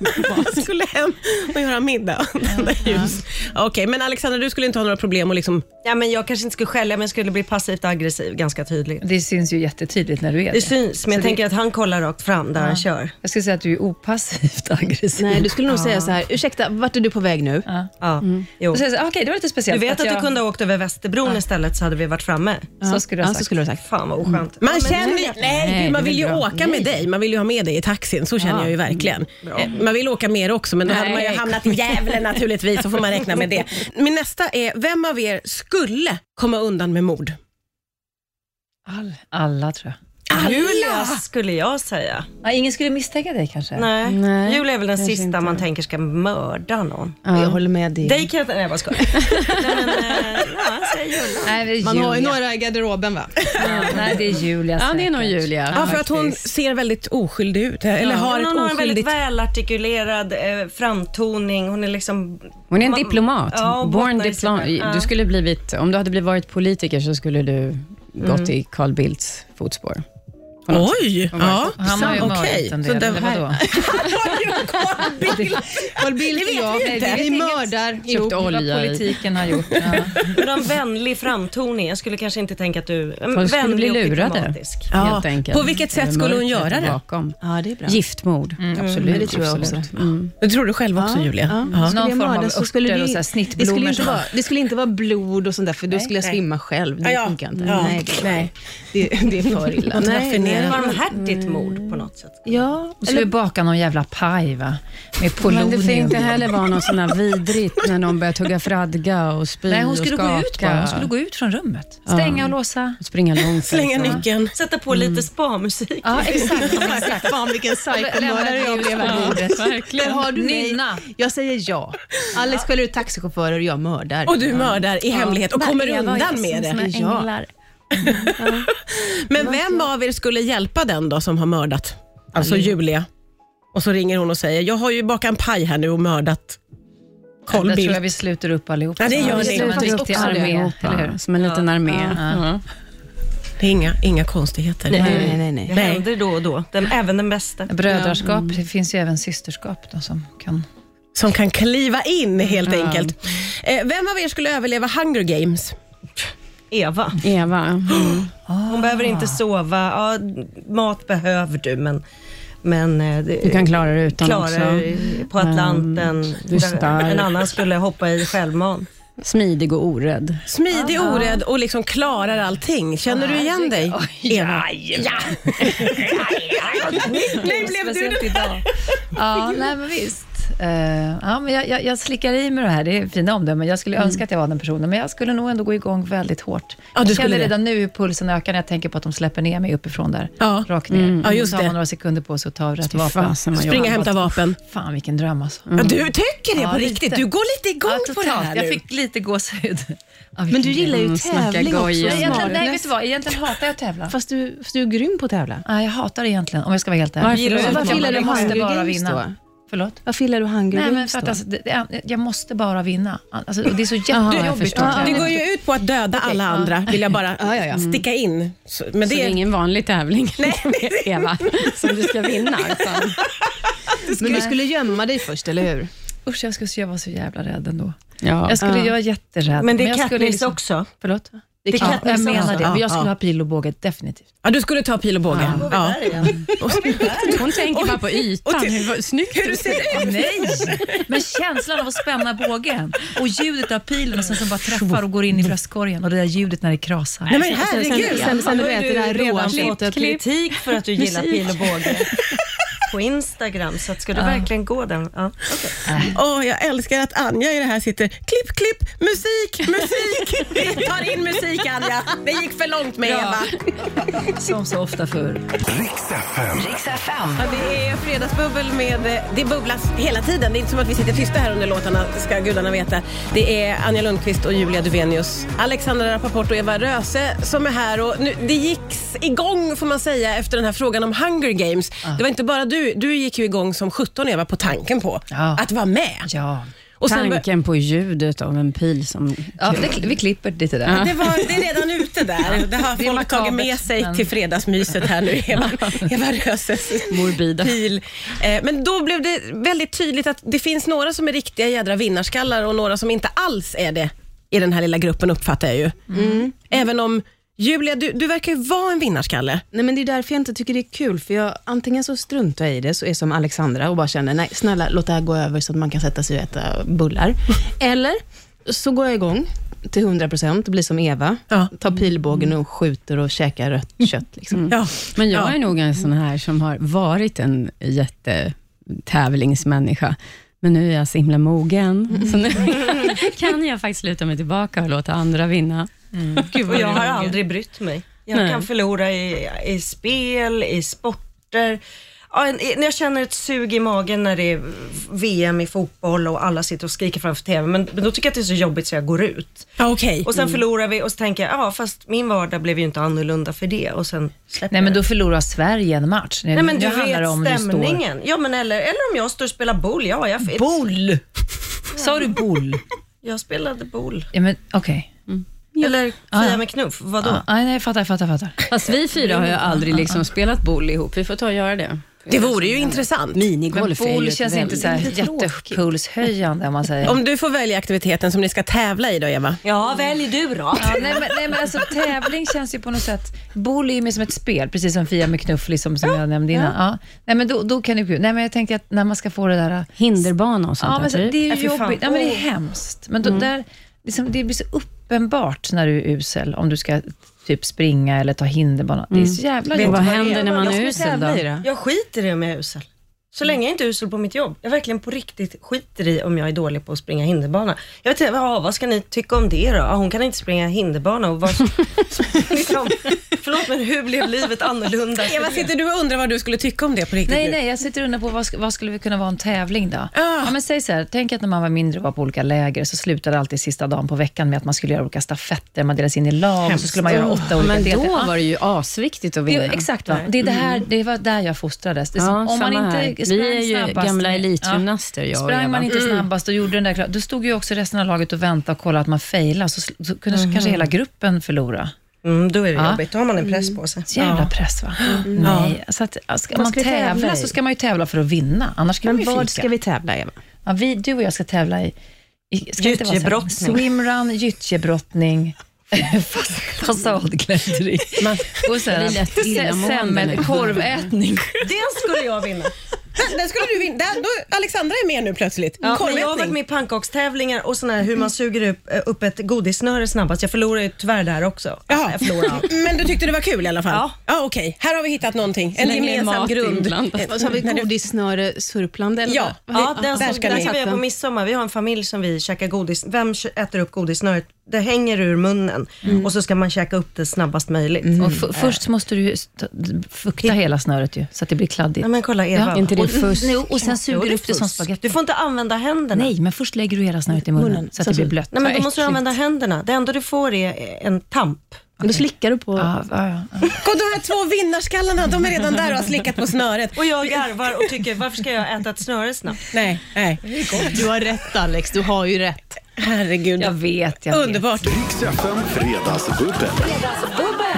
[SPEAKER 2] Jag skulle hem och göra middag. <laughs> Tända ljus. Okej, men Alexandra, du skulle inte ha några problem att liksom...
[SPEAKER 4] Ja, men jag kanske inte skulle skälla, men jag skulle bli passivt aggressiv ganska tydligt.
[SPEAKER 3] <laughs> Det syns ju jättetydligt när du är
[SPEAKER 4] Det
[SPEAKER 3] det.
[SPEAKER 4] syns, men jag tänker att han kollar rakt fram där han kör.
[SPEAKER 3] Jag skulle säga att du är opassivt <laughs> aggressiv.
[SPEAKER 6] Nej, du skulle nog säga så här, ursäkta, vart är du på väg nu?
[SPEAKER 4] Ja. Jo.
[SPEAKER 3] Och säga så här, Okej, det var lite
[SPEAKER 4] Du
[SPEAKER 3] speciellt.
[SPEAKER 4] vet att,
[SPEAKER 3] jag,
[SPEAKER 4] du kunde ha åkt över Västerbron istället så hade vi varit framme.
[SPEAKER 3] Så skulle du ha
[SPEAKER 6] Ja, så
[SPEAKER 3] sagt.
[SPEAKER 6] skulle du ha sagt.
[SPEAKER 4] Fan vad oskönt.
[SPEAKER 2] Man
[SPEAKER 4] Ja, men
[SPEAKER 2] känner
[SPEAKER 4] nu-
[SPEAKER 2] ju, nej, gud,
[SPEAKER 3] det
[SPEAKER 2] man
[SPEAKER 3] är
[SPEAKER 2] vill ju
[SPEAKER 3] väl bra.
[SPEAKER 2] åka med dig. Man vill ju ha med dig i taxin. Så känner jag ju verkligen. Eh, Man vill åka med er också, men då hade man ju
[SPEAKER 3] Mm, Nej.
[SPEAKER 2] hamnat i Gävle naturligtvis. Så får man räkna med det. Min nästa är, vem av er skulle komma undan med mord?
[SPEAKER 3] All, alla tror jag.
[SPEAKER 4] Julia skulle jag säga.
[SPEAKER 3] Ja, ingen skulle misstänka dig kanske.
[SPEAKER 4] Nej.
[SPEAKER 5] Nej,
[SPEAKER 4] Julia är väl den
[SPEAKER 5] kanske
[SPEAKER 4] sista
[SPEAKER 5] inte.
[SPEAKER 4] man tänker ska mörda någon.
[SPEAKER 6] Jag håller med dig.
[SPEAKER 4] Dig kan jag inte... Nej, jag bara skojar. Nej, men, eh, ja, säg Julia.
[SPEAKER 3] Nej, det är
[SPEAKER 6] Man
[SPEAKER 3] Julia.
[SPEAKER 6] har ju några i garderoben va?
[SPEAKER 3] Ja, Nej, det är Julia
[SPEAKER 5] Ja, det är
[SPEAKER 3] säkert.
[SPEAKER 5] nog Julia.
[SPEAKER 2] Ja, för att hon
[SPEAKER 5] faktiskt.
[SPEAKER 2] ser väldigt oskyldig ut. Eller har
[SPEAKER 4] hon har
[SPEAKER 2] ett
[SPEAKER 4] en
[SPEAKER 2] oskyldigt...
[SPEAKER 4] väldigt välartikulerad eh, framtoning. Hon är liksom...
[SPEAKER 5] Hon är en
[SPEAKER 4] man-
[SPEAKER 5] diplomat.
[SPEAKER 4] Ja, och
[SPEAKER 5] Born
[SPEAKER 4] bottnar i sig
[SPEAKER 5] diplomat.
[SPEAKER 4] själv. Ja.
[SPEAKER 5] Du skulle blivit, om du hade blivit varit politiker så skulle du gått i Carl Bildts fotspår. På något sätt.
[SPEAKER 2] Oj! Ja,
[SPEAKER 3] Han har ju
[SPEAKER 2] okej.
[SPEAKER 3] mördat en
[SPEAKER 2] Så
[SPEAKER 3] del.
[SPEAKER 2] det
[SPEAKER 3] eller
[SPEAKER 2] här-
[SPEAKER 3] vadå?
[SPEAKER 6] <laughs> Carl Bildt och jag,
[SPEAKER 2] inte.
[SPEAKER 6] vi
[SPEAKER 3] inget.
[SPEAKER 6] mördar.
[SPEAKER 5] Köpt
[SPEAKER 6] Jo,
[SPEAKER 3] Vad
[SPEAKER 5] olja i.
[SPEAKER 3] politiken har gjort. Ja.
[SPEAKER 4] Hon har en vänlig framtoning. Jag skulle kanske inte tänka att du... eh,
[SPEAKER 5] Folk skulle bli
[SPEAKER 4] vänlig och
[SPEAKER 5] lurade,
[SPEAKER 4] diplomatisk.
[SPEAKER 2] Ja,
[SPEAKER 5] helt enkelt.
[SPEAKER 2] på vilket sätt skulle hon göra
[SPEAKER 5] Mörkret
[SPEAKER 2] det?
[SPEAKER 5] Bakom.
[SPEAKER 6] Ja, det är bra.
[SPEAKER 5] Giftmord.
[SPEAKER 6] absolut. Det tror jag också.
[SPEAKER 2] Det tror du själv också, Julia?
[SPEAKER 6] Ja.
[SPEAKER 2] Ja.
[SPEAKER 6] Skulle
[SPEAKER 3] Någon
[SPEAKER 6] jag
[SPEAKER 3] form av
[SPEAKER 6] mörda så skulle
[SPEAKER 3] örter
[SPEAKER 6] det
[SPEAKER 3] och
[SPEAKER 6] ju-
[SPEAKER 3] så här
[SPEAKER 6] det skulle,
[SPEAKER 3] snittblommor
[SPEAKER 6] ju inte
[SPEAKER 3] som-
[SPEAKER 6] vara, det skulle inte vara blod och sånt där, för då skulle jag
[SPEAKER 2] nej.
[SPEAKER 6] svimma själv. Det
[SPEAKER 2] Ja,
[SPEAKER 6] funkar inte.
[SPEAKER 2] ja.
[SPEAKER 6] Nej, det, nej. Det, det är för illa.
[SPEAKER 2] Man
[SPEAKER 6] Nej,
[SPEAKER 2] träffar ner.
[SPEAKER 6] nej.
[SPEAKER 4] Barmhärtigt mord på något sätt.
[SPEAKER 6] Ja,
[SPEAKER 3] Du skulle
[SPEAKER 6] eller
[SPEAKER 3] baka någon jävla paj va? Med
[SPEAKER 5] Men det
[SPEAKER 3] polonium.
[SPEAKER 5] får inte heller vara något sån här vidrigt när någon börjar tugga fradga och spy
[SPEAKER 3] Nej, hon skulle
[SPEAKER 5] och
[SPEAKER 3] gå
[SPEAKER 5] skaka.
[SPEAKER 3] ut bara. Hon skulle gå ut från rummet. Stänga och låsa.
[SPEAKER 5] och springa <laughs> långt. liksom.
[SPEAKER 2] Slänga
[SPEAKER 5] därifrån.
[SPEAKER 2] nyckeln.
[SPEAKER 4] Sätta på
[SPEAKER 5] Mm.
[SPEAKER 4] lite spa-musik.
[SPEAKER 3] Ja, exakt. exakt.
[SPEAKER 6] Fan vilken
[SPEAKER 3] Lämna
[SPEAKER 6] psykomördare
[SPEAKER 3] det
[SPEAKER 6] jag
[SPEAKER 3] just
[SPEAKER 6] blev
[SPEAKER 3] på
[SPEAKER 6] här.
[SPEAKER 3] bordet.
[SPEAKER 6] Där har du mig.
[SPEAKER 3] Nynna.
[SPEAKER 6] Jag säger ja. Alex skäller ut taxichaufförer och jag mördar.
[SPEAKER 2] Och du mördar i hemlighet och kommer undan med det.
[SPEAKER 6] ja.
[SPEAKER 2] Men vem av er skulle hjälpa den då som har mördat? Alltså Julia. Och så ringer hon och säger, jag har ju bakat en paj här nu och mördat Carl
[SPEAKER 3] Där tror jag
[SPEAKER 2] Bildt.
[SPEAKER 3] vi sluter upp allihop.
[SPEAKER 2] Ja, det gör
[SPEAKER 3] vi
[SPEAKER 2] ni.
[SPEAKER 3] sluter
[SPEAKER 5] Sluter
[SPEAKER 3] upp
[SPEAKER 5] upp till
[SPEAKER 3] till
[SPEAKER 5] armé,
[SPEAKER 3] armé, eller hur?
[SPEAKER 5] eller som en liten armé. Ja. Mm.
[SPEAKER 2] Det är inga, inga konstigheter.
[SPEAKER 6] Nej, nej, nej. nej.
[SPEAKER 4] Det händer då och då. Den, även den bästa.
[SPEAKER 3] Brödraskap,
[SPEAKER 2] Mm.
[SPEAKER 3] det finns ju även systerskap då, som kan...
[SPEAKER 2] Som kan kliva in helt enkelt. Eh, vem av er skulle överleva Hunger Games?
[SPEAKER 4] Eva.
[SPEAKER 5] Eva. Ah.
[SPEAKER 4] Hon behöver inte sova. Ja, mat behöver du, men Men eh, det-
[SPEAKER 5] Du kan klara det utan
[SPEAKER 4] klarar
[SPEAKER 5] också.
[SPEAKER 4] på Atlanten,
[SPEAKER 5] du är
[SPEAKER 4] där
[SPEAKER 5] stark.
[SPEAKER 4] en annan skulle hoppa i självmant.
[SPEAKER 5] Smidig och orädd.
[SPEAKER 2] Smidig, orädd och liksom klarar allting. Känner du igen dig? Eva? Ja.
[SPEAKER 3] <laughs>
[SPEAKER 2] Nu blev du
[SPEAKER 3] Speciellt idag. Ja, nej men visst. Eh, ja, men jag, jag, jag slickar i mig det här, det är fina omdömen. Jag
[SPEAKER 2] Mm.
[SPEAKER 3] skulle önska att jag var den personen, men jag skulle nog ändå gå igång väldigt hårt.
[SPEAKER 2] du
[SPEAKER 3] jag
[SPEAKER 2] skulle
[SPEAKER 3] känner
[SPEAKER 2] det.
[SPEAKER 3] redan nu hur pulsen ökar när jag tänker på att de släpper ner mig uppifrån där.
[SPEAKER 2] Ja. Mm.
[SPEAKER 3] Rakt ner.
[SPEAKER 2] Ja, just
[SPEAKER 3] så har
[SPEAKER 2] det.
[SPEAKER 3] man några sekunder på sig att ta av rätt
[SPEAKER 5] Fy
[SPEAKER 3] vapen.
[SPEAKER 5] fasen, vad
[SPEAKER 2] Springa och
[SPEAKER 5] jobbigt.
[SPEAKER 2] hämta vapen.
[SPEAKER 3] Fan vilken dröm alltså.
[SPEAKER 2] Ja, du tycker det
[SPEAKER 3] Ja,
[SPEAKER 2] på
[SPEAKER 3] lite.
[SPEAKER 2] riktigt. Du går lite igång
[SPEAKER 3] Ja,
[SPEAKER 2] på det här
[SPEAKER 3] totalt. Jag
[SPEAKER 2] nu.
[SPEAKER 3] fick lite gåshud. Ja,
[SPEAKER 6] Men
[SPEAKER 3] vilken
[SPEAKER 6] du gillar ju
[SPEAKER 5] Mm, snacka
[SPEAKER 6] tävling också.
[SPEAKER 5] goja.
[SPEAKER 3] Nej, egentligen, nej,
[SPEAKER 5] Smartness.
[SPEAKER 3] vet du vad? Egentligen hatar jag att tävla.
[SPEAKER 6] Fast du, fast du är grym på att tävla.
[SPEAKER 3] Nej, jag hatar det egentligen, om jag ska vara helt ärlig.
[SPEAKER 5] Gillar du-
[SPEAKER 3] Så
[SPEAKER 6] Varför gillar du
[SPEAKER 3] jag måste
[SPEAKER 6] Hunger
[SPEAKER 3] bara
[SPEAKER 6] Games
[SPEAKER 3] vinna.
[SPEAKER 6] då?
[SPEAKER 3] Förlåt?
[SPEAKER 6] Varför gillar du Hunger
[SPEAKER 3] Nej, men
[SPEAKER 6] Games
[SPEAKER 3] för att,
[SPEAKER 6] då?
[SPEAKER 3] alltså, det, det, jag måste bara vinna. Alltså, och det är så
[SPEAKER 5] jag
[SPEAKER 3] jättejobbigt.
[SPEAKER 5] förstår.
[SPEAKER 2] Det går ju ut på att döda alla andra, vill jag
[SPEAKER 3] <laughs>
[SPEAKER 2] bara
[SPEAKER 6] Ja, ja, ja.
[SPEAKER 2] sticka in. Så- Men
[SPEAKER 5] Så det är
[SPEAKER 2] det,
[SPEAKER 5] ingen vanlig tävling, <laughs> Eva, som du ska vinna. alltså. Utan
[SPEAKER 6] men du skulle gömma dig först, eller hur?
[SPEAKER 3] Usch, jag skulle jag var så jävla rädd ändå.
[SPEAKER 5] ja.
[SPEAKER 3] Jag skulle jag var jätterädd.
[SPEAKER 4] Men det är
[SPEAKER 3] jag skulle
[SPEAKER 4] Katniss
[SPEAKER 3] liksom-
[SPEAKER 4] också.
[SPEAKER 3] Förlåt?
[SPEAKER 6] Det
[SPEAKER 3] Ja, jag
[SPEAKER 6] Katniss
[SPEAKER 3] menar
[SPEAKER 6] också.
[SPEAKER 3] det. Men
[SPEAKER 6] Ja,
[SPEAKER 3] jag skulle
[SPEAKER 6] ja.
[SPEAKER 3] ha pil och båge,
[SPEAKER 2] <laughs>
[SPEAKER 3] definitivt.
[SPEAKER 2] ja, du skulle ta pil och båge. Ja.
[SPEAKER 5] Hon tänker bara på ytan, hur snyggt hur ser
[SPEAKER 3] Nej! Men känslan av att spänna bågen och ljudet av pilen och sen som bara träffar och går in i bröstkorgen och det där ljudet när det krasar.
[SPEAKER 2] Nej men
[SPEAKER 4] Sen,
[SPEAKER 2] herregud.
[SPEAKER 4] sen, sen du vet, det där
[SPEAKER 6] redan
[SPEAKER 4] råa
[SPEAKER 6] fått
[SPEAKER 4] fått kritik för att du gillar pil och <laughs> båge på Instagram. Så att ska du verkligen gå den? Ja.
[SPEAKER 2] Åh, jag älskar att Anja i det här sitter, klipp, klipp, musik,
[SPEAKER 3] <laughs>
[SPEAKER 2] musik. Vi tar in musik Anja. Det gick för långt med Eva.
[SPEAKER 3] Som så ofta förr.
[SPEAKER 1] Riks FM.
[SPEAKER 2] Ja, det är fredagsbubbel med... eh, Det bubblas hela tiden. Det är inte som att vi sitter tysta här under låtarna, ska gudarna veta. Det är Anja Lundqvist och Julia Duvenius, Alexandra Rapaport och Eva Röse som är här. Och nu, det gicks igång, får man säga, efter den här frågan om Hunger Games. Det var inte bara du. Du gick ju igång som 17 Eva på tanken på
[SPEAKER 3] Ja.
[SPEAKER 2] att vara med.
[SPEAKER 3] Ja.
[SPEAKER 2] Och sen, bör-
[SPEAKER 5] Tanken på ljudet av en pil som...
[SPEAKER 3] ja det, vi klipper lite där.
[SPEAKER 2] det, var, det är redan ute där. Det har
[SPEAKER 3] Det är
[SPEAKER 2] folk
[SPEAKER 3] makabert,
[SPEAKER 2] tagit med sig
[SPEAKER 3] men-
[SPEAKER 2] till fredagsmyset här nu,
[SPEAKER 3] <laughs>
[SPEAKER 2] Eva, Eva Röses
[SPEAKER 5] Morbida.
[SPEAKER 2] pil. Eh, Men då blev det väldigt tydligt att det finns några som är riktiga jädra vinnarskallar och några som inte alls är det i den här lilla gruppen uppfattar jag ju.
[SPEAKER 3] Mm.
[SPEAKER 2] Mm. Även om Julia, du, du verkar ju vara en vinnarskalle.
[SPEAKER 6] Nej, men det är därför jag inte tycker det är kul, för jag, antingen så struntar jag i det, så är som Alexandra och bara känner, nej snälla låt det här gå över så att man kan sätta sig och äta bullar. Eller så går jag igång till 100% och blir som Eva,
[SPEAKER 2] Ja.
[SPEAKER 6] tar pilbågen och skjuter och käkar rött kött. Liksom.
[SPEAKER 2] Ja.
[SPEAKER 5] Men jag
[SPEAKER 2] Ja.
[SPEAKER 5] är nog en sån här som har varit en jättetävlingsmänniska. Men nu är jag så himla mogen, så nu <laughs> kan jag faktiskt luta mig tillbaka och låta andra vinna.
[SPEAKER 4] Och jag har aldrig brytt mig. Jag
[SPEAKER 5] Nej.
[SPEAKER 4] kan förlora i, i spel, i sporter. Ja, en- i- när jag känner ett sug i magen när det är VM i fotboll och alla sitter och skriker framför TV, men, men då tycker jag att det är så jobbigt så jag går ut.
[SPEAKER 2] Ja, Okej.
[SPEAKER 4] Och sen förlorar vi och så tänker jag, ja fast min vardag blev ju inte annorlunda för det och sen släpper
[SPEAKER 3] Nej, men
[SPEAKER 4] jag
[SPEAKER 3] då förlorar Sverige en match.
[SPEAKER 4] det. Nej men
[SPEAKER 3] nu
[SPEAKER 4] du
[SPEAKER 3] handlar det om
[SPEAKER 4] vet
[SPEAKER 3] Du står.
[SPEAKER 4] stämningen. Ja men eller, eller om jag står och spelar boll, ja jag,
[SPEAKER 3] Boll! Sa du boll?
[SPEAKER 4] jag spelade boll.
[SPEAKER 3] Ja, men okej.
[SPEAKER 4] Eller fia med knuff, vadå?
[SPEAKER 3] Ah, Ja, Ah. nej, jag fattar, jag fattar, jag fattar.
[SPEAKER 5] Fast vi fyra har ju aldrig liksom spelat boll ihop. Vi får ta och göra det.
[SPEAKER 2] Det vore ju intressant.
[SPEAKER 3] Men
[SPEAKER 5] Minigolf är ju
[SPEAKER 3] boll
[SPEAKER 5] ett
[SPEAKER 3] känns inte
[SPEAKER 5] väldigt-
[SPEAKER 3] så här jättepulshöjande om man säger.
[SPEAKER 2] Om du får välja aktiviteten som ni ska tävla i då Eva?
[SPEAKER 4] Ja, välj du då.
[SPEAKER 3] Ja, nej, men, nej, men alltså tävling känns ju på något sätt... Boll är ju mer som ett spel, precis som Fia med knuff, liksom, som jag nämnde innan. Ja. Nej, men då, då kan det bli... Nej, men jag tänkte att när man ska få det där...
[SPEAKER 5] Hinderbana och sånt
[SPEAKER 3] Ja, men så,
[SPEAKER 5] där, typ.
[SPEAKER 3] det är ju
[SPEAKER 4] Ja, fy fan.
[SPEAKER 3] jobbigt. Ja, men det är
[SPEAKER 4] Åh.
[SPEAKER 3] hemskt. Men då,
[SPEAKER 5] Mm.
[SPEAKER 3] där, liksom, det blir så uppenbart när du är usel, om du ska typ springa eller ta hinderbana. Det är så jävla
[SPEAKER 5] Och
[SPEAKER 3] jobbigt.
[SPEAKER 5] Mm. vad händer när man
[SPEAKER 3] Jag
[SPEAKER 5] är
[SPEAKER 3] skulle
[SPEAKER 5] usel
[SPEAKER 3] tävla
[SPEAKER 5] då?
[SPEAKER 3] i det.
[SPEAKER 4] Jag skiter i om jag är usel. Så
[SPEAKER 3] Mm.
[SPEAKER 4] länge jag inte är usel på mitt jobb. Jag verkligen på riktigt skiter i om jag är dålig på att springa hinderbana. Jag vet inte, ja, vad ska ni tycka om det då? Ja, hon kan inte springa hinderbana och
[SPEAKER 3] <laughs>
[SPEAKER 4] vad... liksom, förlåt men hur blev livet annorlunda?
[SPEAKER 2] Eva, sitter du och undrar vad du skulle tycka om det på riktigt?
[SPEAKER 3] Nej,
[SPEAKER 2] nu?
[SPEAKER 3] nej, jag sitter och undrar på vad, sk- vad skulle vi kunna vara en tävling
[SPEAKER 4] Ah.
[SPEAKER 3] då? Ja, men säg så här, tänk att när man var mindre och var på olika läger så slutade alltid sista dagen på veckan med att man skulle göra olika stafetter, man delades in i lag och så skulle man göra åtta olika
[SPEAKER 5] Men då
[SPEAKER 3] deltävlingar. Ja,
[SPEAKER 5] var det ju asviktigt att
[SPEAKER 3] det
[SPEAKER 5] vinna.
[SPEAKER 3] är, exakt, va? Det, är det, här, det var där jag fostrades. Det är som,
[SPEAKER 5] Mm. Ja,
[SPEAKER 3] om man
[SPEAKER 5] samma
[SPEAKER 3] inte
[SPEAKER 5] här.
[SPEAKER 3] sprang
[SPEAKER 5] Vi är ju
[SPEAKER 3] snabbast-
[SPEAKER 5] gamla elitgymnaster, jag och
[SPEAKER 3] Sprang
[SPEAKER 5] Eva. Mm.
[SPEAKER 3] man inte snabbast och gjorde den där klar, då stod ju också resten av laget och väntade och kollade att man failade, så, sl- så kunde
[SPEAKER 5] Mm.
[SPEAKER 3] kanske hela gruppen förlora.
[SPEAKER 4] Mm, då är det
[SPEAKER 3] Ja.
[SPEAKER 4] jobbigt, då har man en press på sig.
[SPEAKER 3] Jävla press, va?
[SPEAKER 5] Mm.
[SPEAKER 3] Nej, så att, ska man
[SPEAKER 6] ska vi tävla
[SPEAKER 3] tävla
[SPEAKER 6] i?
[SPEAKER 3] så ska man ju tävla för att vinna, annars kan man
[SPEAKER 6] Men
[SPEAKER 3] ju
[SPEAKER 6] vad
[SPEAKER 3] fika.
[SPEAKER 6] ska vi tävla, Eva?
[SPEAKER 3] Ja, vi, du och jag ska tävla i i- ska det inte vara så här-
[SPEAKER 4] Gyttjebrottning.
[SPEAKER 3] swimrun, gyttjebrottning, <laughs> Fas- Fasadglänteri.
[SPEAKER 2] Man-
[SPEAKER 3] Och sen
[SPEAKER 5] blir lätt illamående.
[SPEAKER 3] semmel, korvätning.
[SPEAKER 2] Den skulle jag vinna. Den skulle du vinna. Där, då, Alexandra är med nu plötsligt.
[SPEAKER 4] Ja, men jag har varit
[SPEAKER 2] Korvätning.
[SPEAKER 4] med i pannkakstävlingar och sådana här hur man suger upp, eh, upp ett godissnöre snabbast. Jag förlorade ju tyvärr där också.
[SPEAKER 2] Jaha.
[SPEAKER 4] Jag förlorade allt.
[SPEAKER 2] Men du tyckte det var kul i alla fall?
[SPEAKER 4] Ja.
[SPEAKER 2] ja Okej, här har vi hittat någonting. En
[SPEAKER 5] länge är
[SPEAKER 2] gemensam
[SPEAKER 5] mat
[SPEAKER 2] grund. Eh,
[SPEAKER 5] inblandat.
[SPEAKER 6] Och så har Eh, vi godissnöre surplande. Eller
[SPEAKER 2] Ja.
[SPEAKER 6] vad?
[SPEAKER 4] Ja,
[SPEAKER 6] Det-
[SPEAKER 4] den
[SPEAKER 2] där
[SPEAKER 4] som,
[SPEAKER 2] ska
[SPEAKER 4] den
[SPEAKER 2] ni.
[SPEAKER 4] som vi gör på midsommar. Vi har en familj som vi käkar godis. Vem kö- äter upp godissnöret? Det hänger ur munnen och så ska man käka upp det snabbast möjligt.
[SPEAKER 3] Och f- först måste du ju st- fukta hela snöret ju, så att det blir kladdigt.
[SPEAKER 4] Nej, men kolla Eva.
[SPEAKER 5] inte det
[SPEAKER 3] och,
[SPEAKER 5] fusk?
[SPEAKER 3] Nej, och sen
[SPEAKER 4] Jo,
[SPEAKER 3] suger
[SPEAKER 4] det
[SPEAKER 3] du
[SPEAKER 4] är
[SPEAKER 3] upp det som
[SPEAKER 4] fusk.
[SPEAKER 3] spagetti.
[SPEAKER 4] Du får inte använda händerna.
[SPEAKER 3] Nej, men först lägger du hela snöret i munnen,
[SPEAKER 6] Munnen,
[SPEAKER 3] så att det blir blött.
[SPEAKER 4] Nej men då
[SPEAKER 3] Vad
[SPEAKER 4] måste du använda
[SPEAKER 3] äckligt.
[SPEAKER 4] händerna. Det enda du får är en tamp.
[SPEAKER 6] Då slickar du på...
[SPEAKER 3] Ja, ja, ja.
[SPEAKER 2] Och de här två vinnarskallarna, de är redan där och har slickat på snöret.
[SPEAKER 4] Och jag garvar och tycker varför ska jag äta ett snöre snabbt?
[SPEAKER 2] Nej, nej.
[SPEAKER 6] Du har rätt Alex, du har ju rätt.
[SPEAKER 2] Herregud.
[SPEAKER 3] Jag vet, jag vet.
[SPEAKER 2] Underbart.
[SPEAKER 1] Riks FM Fredagsbubbel.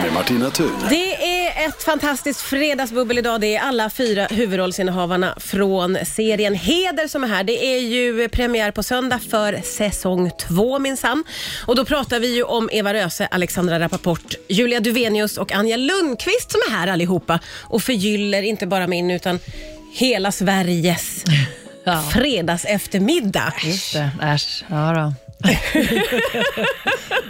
[SPEAKER 1] Med Martina Thun.
[SPEAKER 2] Det är ett fantastiskt fredagsbubbel idag. Det är alla fyra huvudrollsinnehavarna från serien Heder som är här. Det är ju premiär på söndag för säsong två minsann. Och då pratar vi ju om Eva Röse, Alexandra Rappaport, Julia Duvenius och Anja Lundqvist som är här allihopa och förgyller inte bara min utan hela Sveriges
[SPEAKER 3] <laughs> Ja.
[SPEAKER 2] fredagseftermiddag.
[SPEAKER 3] Just det. Äsch, ja <laughs> då.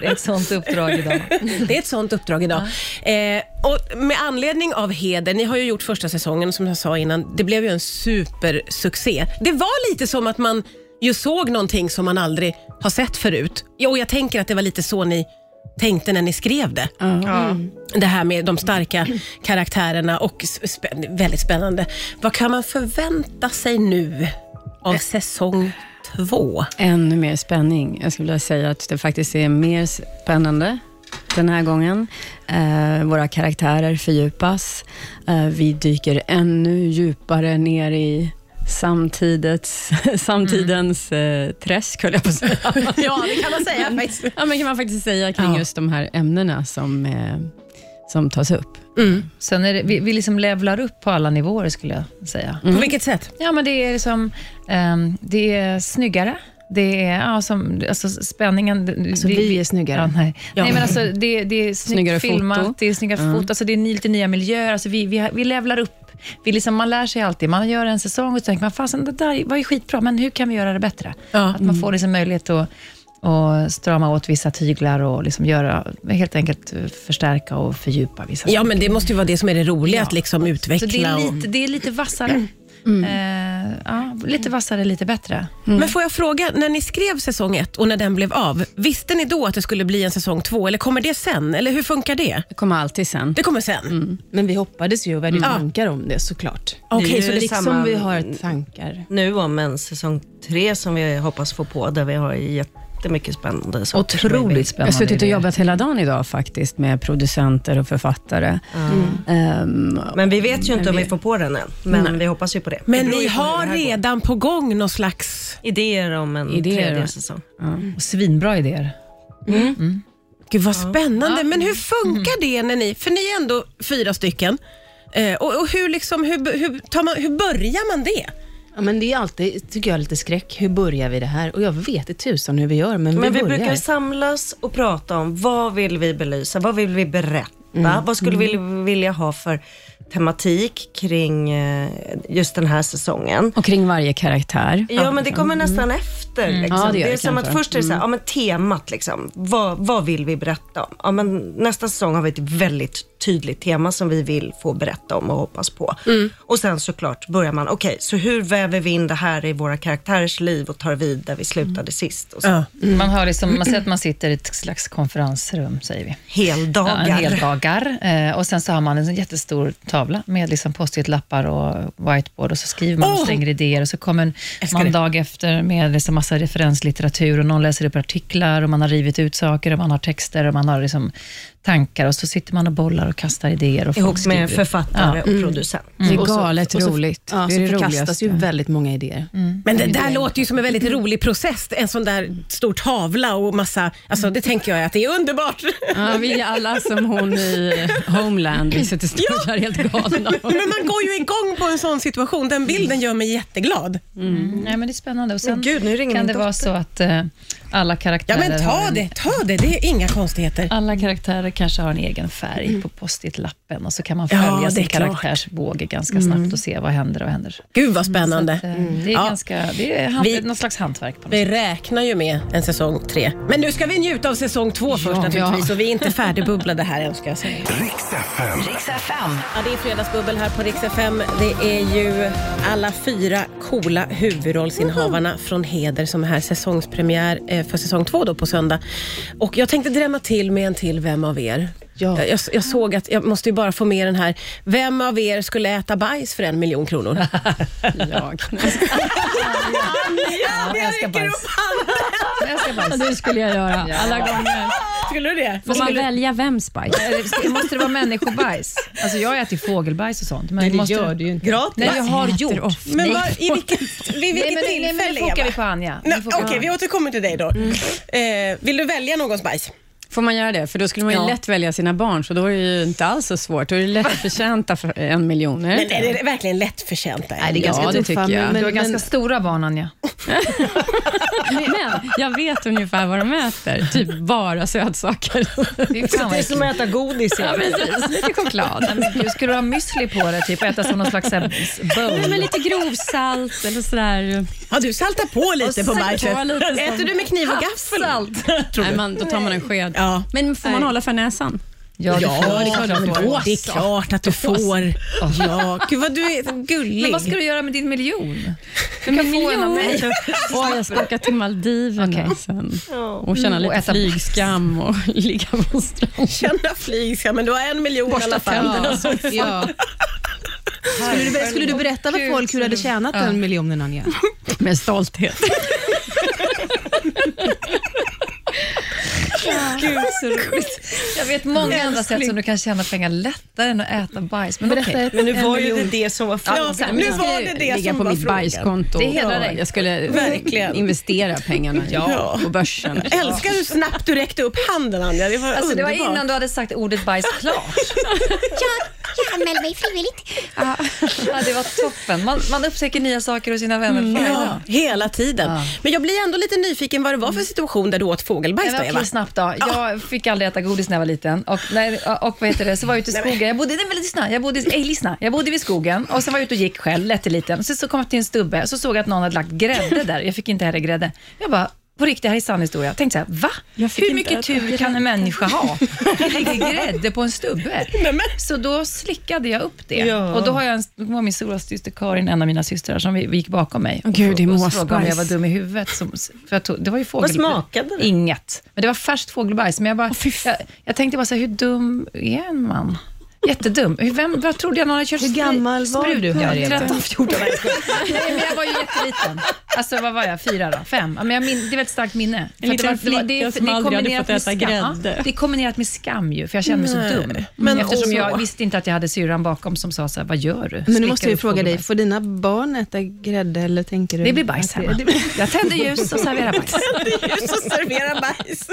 [SPEAKER 3] det är ett sånt uppdrag idag.
[SPEAKER 2] Det är ett sånt uppdrag idag. Eh, och med anledning av heder, ni har ju gjort första säsongen som jag sa innan, det blev ju en supersuccé. Det var lite som att man ju såg någonting som man aldrig har sett förut. Ja, Och jag tänker att det var lite så ni tänkte när ni skrev det. Mm. Det här med de starka karaktärerna och spä- väldigt spännande. Vad kan man förvänta sig nu av säsong två?
[SPEAKER 5] Ännu mer spänning. Jag skulle vilja säga att det faktiskt är mer spännande den här gången. Eh, våra karaktärer fördjupas. Eh, vi dyker ännu djupare ner i samtidets, <laughs> samtidens eh, träsk, höll jag på att säga.
[SPEAKER 2] Ja, det kan man säga faktiskt.
[SPEAKER 5] <laughs> ja, men kan man faktiskt säga kring
[SPEAKER 2] Ja.
[SPEAKER 5] just de här ämnena som, eh, som tas upp.
[SPEAKER 3] Sen är det, vi, vi liksom levlar upp på alla nivåer, skulle jag säga.
[SPEAKER 2] På vilket sätt?
[SPEAKER 3] Ja, men det är liksom, ehm, det är snyggare. Det är ja, som, alltså, spänningen... det-
[SPEAKER 6] Alltså, vi är snyggare.
[SPEAKER 3] Ja, nej. nej, men alltså, det, det är snyggt
[SPEAKER 5] Snyggare
[SPEAKER 3] filmat,
[SPEAKER 5] foto.
[SPEAKER 3] det är snyggare foto, alltså, det är ny- lite nya miljöer. Alltså, vi, vi, vi levlar upp. Vi liksom, man lär sig alltid. Man gör en säsong och så tänker man, fasen, det där var ju skitbra, men hur kan vi göra det bättre?
[SPEAKER 2] Ja.
[SPEAKER 3] Att man får liksom möjlighet att och strama åt vissa tyglar och liksom göra, helt enkelt eh, förstärka och fördjupa vissa
[SPEAKER 2] Ja, men det måste ju vara det som är det roliga, att liksom
[SPEAKER 3] så
[SPEAKER 2] utveckla.
[SPEAKER 3] det är
[SPEAKER 2] och-
[SPEAKER 3] lite, det är lite vassare. Eh, ja, lite vassare, lite bättre.
[SPEAKER 4] Mm.
[SPEAKER 2] Men får jag fråga, när ni skrev säsong ett och när den blev av, visste ni då att det skulle bli en säsong två eller kommer det sen? Eller hur funkar det?
[SPEAKER 5] Det kommer alltid sen.
[SPEAKER 2] Det kommer sen.
[SPEAKER 4] Mm.
[SPEAKER 6] Men vi hoppades ju och vi hade ju
[SPEAKER 2] Mm.
[SPEAKER 6] tankar om det såklart.
[SPEAKER 2] Okej,
[SPEAKER 6] Det är ju
[SPEAKER 2] så det är
[SPEAKER 6] liksom
[SPEAKER 4] samma-
[SPEAKER 6] vi har tankar.
[SPEAKER 4] Nu om en säsong tre som vi hoppas få på där vi har jättemycket spännande saker.
[SPEAKER 3] Otroligt
[SPEAKER 5] Jag har
[SPEAKER 3] spännande.
[SPEAKER 5] suttit och
[SPEAKER 3] idé.
[SPEAKER 5] jobbat hela dagen idag faktiskt med producenter och författare. Ehm,
[SPEAKER 4] Men vi vet ju inte om vi får på den än. Men vi hoppas ju på det.
[SPEAKER 2] Men
[SPEAKER 4] Det beror
[SPEAKER 2] ni
[SPEAKER 4] ju på hur
[SPEAKER 2] har
[SPEAKER 4] det här går.
[SPEAKER 2] redan på gång någon slags...
[SPEAKER 4] idéer om en
[SPEAKER 5] Idéer.
[SPEAKER 4] tredje säsong.
[SPEAKER 3] Mm. Svinbra idéer.
[SPEAKER 2] Gud vad spännande. Men hur
[SPEAKER 4] Mm.
[SPEAKER 2] funkar det när ni... För ni är ändå fyra stycken. Eh, och och hur, liksom, hur, hur, tar man, hur börjar man det?
[SPEAKER 6] Ja, men det är alltid, tycker jag, lite skräck. Hur börjar vi det här? Och jag vet inte tusan hur vi gör, men,
[SPEAKER 4] Men
[SPEAKER 6] vi,
[SPEAKER 4] vi
[SPEAKER 6] börjar.
[SPEAKER 4] brukar samlas och prata om vad vill vi belysa, vad vill vi berätta, vad skulle vi vilja ha för tematik kring eh, just den här säsongen.
[SPEAKER 5] och kring varje karaktär.
[SPEAKER 4] Ja, men det kommer nästan efter. Liksom.
[SPEAKER 5] Mm. Ja, det
[SPEAKER 4] det,
[SPEAKER 5] gör
[SPEAKER 4] är
[SPEAKER 5] det
[SPEAKER 4] som
[SPEAKER 5] kanske. Mm.
[SPEAKER 4] att först är det så här, ja, men temat, liksom. vad, vad vill vi berätta om? Ja, men nästa säsong har vi ett väldigt tydligt tema som vi vill få berätta om och hoppas på.
[SPEAKER 5] Mm.
[SPEAKER 4] Och sen såklart börjar man, okej, så hur väver vi in det här i våra karaktärers liv och tar vid där vi slutade
[SPEAKER 5] Mm.
[SPEAKER 4] sist? Och så.
[SPEAKER 3] Man, har liksom, man säger att man sitter i ett slags konferensrum, säger vi. Ja,
[SPEAKER 4] Heldagar.
[SPEAKER 3] en heldagar. Eh, och sen så har man en sån jättestor tavla med liksom post-it-lappar och whiteboard och så skriver man
[SPEAKER 2] Åh!
[SPEAKER 3] och slänger idéer och så kommer
[SPEAKER 2] Älskar
[SPEAKER 3] man
[SPEAKER 2] det.
[SPEAKER 3] dag efter med liksom massa referenslitteratur och någon läser upp artiklar och man har rivit ut saker och man har texter och man har liksom tankar och så sitter man och bollar och kastar idéer. Och
[SPEAKER 4] Ihop
[SPEAKER 3] folk
[SPEAKER 4] med
[SPEAKER 3] skriver.
[SPEAKER 4] författare och
[SPEAKER 5] Mm.
[SPEAKER 4] producent.
[SPEAKER 5] Det är
[SPEAKER 6] Och så-
[SPEAKER 5] galet
[SPEAKER 6] och så-
[SPEAKER 5] roligt.
[SPEAKER 6] Ja,
[SPEAKER 5] det är det
[SPEAKER 6] så förkastas
[SPEAKER 5] roligaste. Mm.
[SPEAKER 6] ju väldigt många idéer.
[SPEAKER 2] Men
[SPEAKER 4] Mm.
[SPEAKER 2] det där låter ju som en väldigt rolig process. En sån där stor tavla och massa... Alltså det tänker jag att det är underbart.
[SPEAKER 5] Ja, vi är alla som hon i Homeland. Vi sitter och är helt galna.
[SPEAKER 2] Men man går ju igång på en sån situation. Den bilden gör mig jätteglad.
[SPEAKER 3] Mm.
[SPEAKER 2] Mm.
[SPEAKER 3] Nej, men det är spännande. Och sen
[SPEAKER 4] gud, nu ringer
[SPEAKER 3] kan
[SPEAKER 4] min
[SPEAKER 3] det vara så att eh, alla
[SPEAKER 2] Ja
[SPEAKER 3] karaktärer
[SPEAKER 2] men
[SPEAKER 3] har
[SPEAKER 2] ta
[SPEAKER 3] en,
[SPEAKER 2] det, ta det. Det är inga konstigheter.
[SPEAKER 3] Alla karaktärer kanske har en egen färg på post-it-lappen och så kan man
[SPEAKER 2] Mm. Ja,
[SPEAKER 3] följa
[SPEAKER 2] det är
[SPEAKER 3] sin
[SPEAKER 2] klart.
[SPEAKER 3] karaktärsbåge ganska snabbt och se vad händer och händer.
[SPEAKER 2] Gud vad
[SPEAKER 3] Så
[SPEAKER 2] spännande. Mm.
[SPEAKER 3] att, eh, Det är,
[SPEAKER 2] Ja.
[SPEAKER 3] ganska, det är hand,
[SPEAKER 2] Vi-
[SPEAKER 3] någon slags hantverk. På något
[SPEAKER 2] Vi
[SPEAKER 3] sätt.
[SPEAKER 2] räknar ju med en säsong tre. Men nu ska vi njuta av säsong två först naturligtvis och vi är inte färdigbubblade här än ska jag säga.
[SPEAKER 1] Riks FM.
[SPEAKER 2] Ja, det är fredagsbubbel här på Rix FM. Det är ju alla fyra coola huvudrollsinnehavarna från Heder som är här säsongspremiär eh, för säsong två då på söndag. Och jag tänkte drämma till med en till Vem av er?
[SPEAKER 6] Ja.
[SPEAKER 2] Jag, jag såg att jag måste ju bara få med den här. Vem av er skulle äta bajs för en miljon
[SPEAKER 3] <laughs>
[SPEAKER 2] kronor?
[SPEAKER 5] Jag.
[SPEAKER 3] Ja, jag älskar bajs. Jag
[SPEAKER 2] <laughs>
[SPEAKER 3] älskar bajs.
[SPEAKER 5] Det skulle jag göra alla gånger.
[SPEAKER 2] Skulle du det?
[SPEAKER 5] Får man välja vem Spice?
[SPEAKER 3] Eller, ska- Måste det vara människobajs? Alltså jag äter ju fågelbajs och sånt. Men
[SPEAKER 6] Nej, det
[SPEAKER 3] måste
[SPEAKER 6] gör det ju inte.
[SPEAKER 2] Gratis?
[SPEAKER 3] Nej, jag har
[SPEAKER 5] Äter
[SPEAKER 3] gjort.
[SPEAKER 5] ofta.
[SPEAKER 2] Men var, i vilket, vid
[SPEAKER 3] Nej,
[SPEAKER 2] vilket
[SPEAKER 3] men, nej, men
[SPEAKER 2] tillfälle,
[SPEAKER 3] nu fokar
[SPEAKER 2] Eva?
[SPEAKER 3] vi på Mm. Anja. Nu
[SPEAKER 2] Nå,
[SPEAKER 3] fokar
[SPEAKER 2] Okej, vi återkommer till dig då. Eh, vill du välja någons bajs?
[SPEAKER 5] Får man göra det? För då skulle man ju
[SPEAKER 2] Ja.
[SPEAKER 5] lätt välja sina barn, så då är det ju inte alls så svårt. Då är det lätt förtjänta för en miljon. är det
[SPEAKER 2] Men
[SPEAKER 5] inte?
[SPEAKER 2] är det verkligen lättförtjänt? där?
[SPEAKER 3] det är ganska
[SPEAKER 5] ja, det
[SPEAKER 6] tuffa,
[SPEAKER 5] tycker jag.
[SPEAKER 6] men-
[SPEAKER 3] Du har ganska stora barn, Anja.
[SPEAKER 5] Men jag vet ungefär vad de äter. Typ bara sötsaker.
[SPEAKER 3] Fy fan vad äckligt.
[SPEAKER 4] att äta godis.
[SPEAKER 5] Ja, precis. Lite choklad.
[SPEAKER 3] Nej, men gud, Skulle du ha müsli på dig typ, och äta som någon
[SPEAKER 2] <laughs>
[SPEAKER 3] slags så här
[SPEAKER 5] Nej, men
[SPEAKER 3] bowl?
[SPEAKER 5] lite grovsalt eller sådär.
[SPEAKER 2] Har du saltat på lite
[SPEAKER 5] Och
[SPEAKER 2] på
[SPEAKER 5] saltat
[SPEAKER 2] bajset?
[SPEAKER 5] på lite som
[SPEAKER 2] Äter du med kniv och gaffel? <laughs>
[SPEAKER 5] Salt.
[SPEAKER 2] Tror
[SPEAKER 5] Nej,
[SPEAKER 2] du?
[SPEAKER 5] man, då tar man en sked.
[SPEAKER 2] Ja.
[SPEAKER 5] Men får man hålla för näsan?
[SPEAKER 3] Ja, det får du klart
[SPEAKER 2] men
[SPEAKER 3] att
[SPEAKER 2] då-
[SPEAKER 3] få.
[SPEAKER 2] det är klart att du får. Ja, gud vad du är gullig.
[SPEAKER 3] Men vad ska du göra med din miljon?
[SPEAKER 5] Du kan
[SPEAKER 3] få en av mig.
[SPEAKER 5] Åh, jag ska åka till Maldiverna
[SPEAKER 3] Okej.
[SPEAKER 5] sen och känna
[SPEAKER 3] Mm, och
[SPEAKER 5] lite
[SPEAKER 3] äta
[SPEAKER 5] flygskam och <laughs> ligga på stranden.
[SPEAKER 2] Känna flyg, ja, men du har en miljon i alla fall.
[SPEAKER 6] Ja. Ja. Skulle, du, skulle du berätta för folk hur du hade tjänat den miljonen, Anja?
[SPEAKER 5] Med stolthet.
[SPEAKER 3] <laughs> Gud, så roligt. Jag vet många andra sätt som du kan tjäna pengar lättare än att äta bajs. Men okej.
[SPEAKER 4] Men nu var ju det det som var
[SPEAKER 2] Ja,
[SPEAKER 4] frågan.
[SPEAKER 2] nu var det det
[SPEAKER 5] ligga
[SPEAKER 2] som
[SPEAKER 5] på
[SPEAKER 2] var
[SPEAKER 5] mitt
[SPEAKER 2] frågan.
[SPEAKER 5] bajskonto.
[SPEAKER 3] Det hedrar
[SPEAKER 5] Ja,
[SPEAKER 3] dig.
[SPEAKER 5] Jag skulle
[SPEAKER 2] Verkligen.
[SPEAKER 5] investera pengarna
[SPEAKER 2] Ja.
[SPEAKER 5] på börsen.
[SPEAKER 2] Älskar hur snabbt du räckte upp handen Anja. Det var
[SPEAKER 3] Alltså, det var
[SPEAKER 2] underbart.
[SPEAKER 3] innan du hade sagt ordet bajs klart.
[SPEAKER 7] Jag anmälde mig frivilligt.
[SPEAKER 3] Ja, det var toppen. Man, man upptäcker nya saker hos sina vänner varje dag.
[SPEAKER 2] Ja, hela tiden. Men jag blir ändå lite nyfiken vad det var för situation där du åt fågelbajs
[SPEAKER 3] Nej,
[SPEAKER 2] då,
[SPEAKER 3] men
[SPEAKER 2] Eva.
[SPEAKER 3] okej, snabbt då. Jag fick aldrig äta godis när jag var liten. Och, nej, och vad heter det, så var jag ute i skogen. Jag bodde, nej, men lyssna, jag bodde, ej, lyssna. Jag bodde vid skogen och sen var jag ute och gick själv, lätteliten. Sen så kom jag till en stubbe så såg jag att någon hade lagt grädde där. Jag fick inte heller grädde. Jag bara, på riktigt, det här är sann historia. Jag tänkte så här, va?
[SPEAKER 5] fick
[SPEAKER 3] Hur
[SPEAKER 5] inte
[SPEAKER 3] mycket
[SPEAKER 5] äta
[SPEAKER 3] tur kan en människa ha? Det ligger grädde på en stubbe. Så då slickade jag upp det. Och då har jag en, då var min stora syster Karin, en av mina systrar, som vi, vi gick bakom mig.
[SPEAKER 5] Åh, gud, det är
[SPEAKER 3] Och
[SPEAKER 5] måsbajs.
[SPEAKER 3] frågade om jag var dum i huvudet. Som, för jag tog, det var ju fågel...
[SPEAKER 4] smakade det?
[SPEAKER 3] Inget. Men det var färskt fågelbajs. Men jag, bara, jag, jag tänkte bara så här, hur dum är en man? Jättedum. Hur, vem, vad trodde jag någon hade kört Hur
[SPEAKER 6] gammal var du, Harriet?
[SPEAKER 3] 13, 14. Nej, men jag var ju jätteliten. Alltså vad var jag, fyra då? Fem? Ja, Men jag min, det är ett starkt minne. För att det,
[SPEAKER 5] liten
[SPEAKER 3] var, det,
[SPEAKER 5] flicka
[SPEAKER 3] det,
[SPEAKER 5] som aldrig hade
[SPEAKER 3] kombinerat
[SPEAKER 5] fått
[SPEAKER 3] med
[SPEAKER 5] äta
[SPEAKER 3] skam. Ja,
[SPEAKER 5] grädde.
[SPEAKER 3] Det är kombinerat med skam ju, för jag kände mig så
[SPEAKER 2] Nej,
[SPEAKER 3] dum.
[SPEAKER 2] men
[SPEAKER 3] Eftersom
[SPEAKER 2] också.
[SPEAKER 3] jag visste inte att jag hade syrran bakom som sa så här, vad gör du?
[SPEAKER 6] Men nu
[SPEAKER 3] Slickar
[SPEAKER 6] måste jag ju
[SPEAKER 3] upp
[SPEAKER 6] fråga dig,
[SPEAKER 3] fågelbajs.
[SPEAKER 6] får dina barn äta grädde eller tänker du?
[SPEAKER 3] Det blir bajs
[SPEAKER 6] <laughs> att det-
[SPEAKER 3] hemma. Jag tänder ljus och serverar bajs.
[SPEAKER 2] Ljus och servera <laughs> bajs.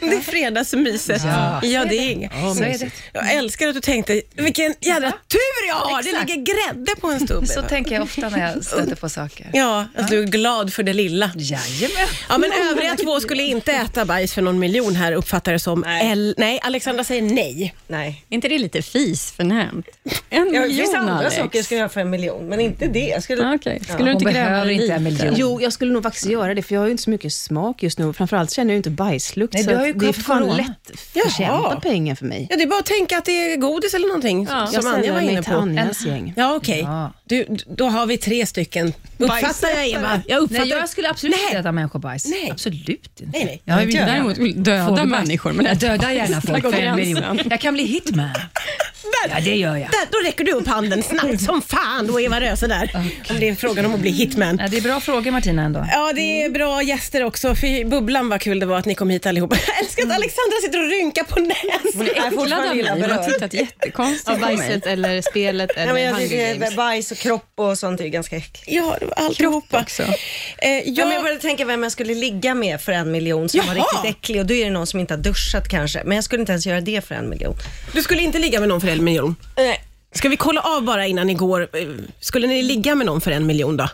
[SPEAKER 2] Det är fredagsmyset. Ja, det är inget.
[SPEAKER 3] Så är det.
[SPEAKER 2] Jag älskar att du tänkte, vilken jädra tur jag har! Det ligger grädde på en stubbe.
[SPEAKER 3] Så
[SPEAKER 2] va?
[SPEAKER 3] tänker jag ofta när jag stöter på saker.
[SPEAKER 2] Ja, att du är glad för det lilla.
[SPEAKER 3] Jajamän.
[SPEAKER 2] Ja, men övriga två skulle inte äta bajs för någon miljon här uppfattar det som. Nej, El- nej Alexandra säger nej.
[SPEAKER 4] Nej.
[SPEAKER 5] Är inte det lite fis förnämt? En
[SPEAKER 4] Ja, det finns
[SPEAKER 5] miljon,
[SPEAKER 4] andra
[SPEAKER 5] Alex.
[SPEAKER 4] saker jag skulle göra för en miljon, men inte det. Jag skulle...
[SPEAKER 5] Ah, Okej, skulle du
[SPEAKER 3] Hon
[SPEAKER 5] inte gräva
[SPEAKER 3] behöver
[SPEAKER 5] dig
[SPEAKER 3] inte
[SPEAKER 5] lite?
[SPEAKER 3] en miljon.
[SPEAKER 6] Jo, jag skulle nog faktiskt göra det, för jag har ju inte så mycket smak just nu. Framförallt känner jag ju inte bajslukt.
[SPEAKER 3] Nej,
[SPEAKER 6] så
[SPEAKER 3] du har ju
[SPEAKER 6] att det är
[SPEAKER 3] fått
[SPEAKER 6] fan
[SPEAKER 3] corona.
[SPEAKER 6] lätt förtjänta pengar för mig.
[SPEAKER 2] Ja, det är bara att tänka att det är godis eller någonting
[SPEAKER 6] Jag
[SPEAKER 2] som Anja
[SPEAKER 6] sällar
[SPEAKER 2] var
[SPEAKER 6] mig
[SPEAKER 2] inne
[SPEAKER 6] till
[SPEAKER 2] på.
[SPEAKER 6] Anjas gäng.
[SPEAKER 2] Ja, okej.
[SPEAKER 3] Ja.
[SPEAKER 2] Du, då har vi tre stycken. Uppfattar jag Eva? Jag uppfattar...
[SPEAKER 3] Nej, jag skulle absolut
[SPEAKER 2] Nej.
[SPEAKER 3] inte äta människobajs.
[SPEAKER 2] Nej.
[SPEAKER 3] Absolut inte.
[SPEAKER 2] Nej, nej.
[SPEAKER 3] Jag
[SPEAKER 5] Jag vill däremot döda människor. Men
[SPEAKER 3] jag dödar gärna
[SPEAKER 5] Där
[SPEAKER 3] folk
[SPEAKER 5] går
[SPEAKER 3] för en
[SPEAKER 5] gränsen.
[SPEAKER 3] miljon. Jag kan bli hitman.
[SPEAKER 2] Jajamän!
[SPEAKER 3] Ja, det gör jag.
[SPEAKER 2] Där, då räcker du upp handen snabbt som fan och Eva Röse där. Om det är frågan om att bli hitman.
[SPEAKER 3] Ja, det är bra frågor Martina ändå.
[SPEAKER 2] Ja, det är bra gäster också. Fy, bubblan vad kul det var att ni kom hit allihopa. <laughs> Jag älskar att Alexandra sitter och rynkar på
[SPEAKER 5] Hon
[SPEAKER 2] näsan.
[SPEAKER 5] är äcklad av mig. Hon har
[SPEAKER 8] Av
[SPEAKER 5] tittat jättekonstigt på mig.
[SPEAKER 8] bajset eller spelet eller
[SPEAKER 4] Ja, men jag
[SPEAKER 8] Hunger
[SPEAKER 4] tycker
[SPEAKER 8] Games.
[SPEAKER 4] bajs och kropp och sånt är ganska äckligt.
[SPEAKER 2] Ja, det var alltihopa.
[SPEAKER 5] också.
[SPEAKER 2] Eh,
[SPEAKER 4] Ja, men jag
[SPEAKER 2] jag,
[SPEAKER 4] började tänka vem jag skulle ligga med för en miljon som var
[SPEAKER 2] Jaha!
[SPEAKER 4] riktigt äcklig och då är det någon som inte har duschat kanske. Men jag skulle inte ens göra det för en miljon.
[SPEAKER 2] du skulle inte ligga med någon för en miljon? Ska vi kolla av bara innan ni går? eh, Skulle ni ligga med någon för en miljon då?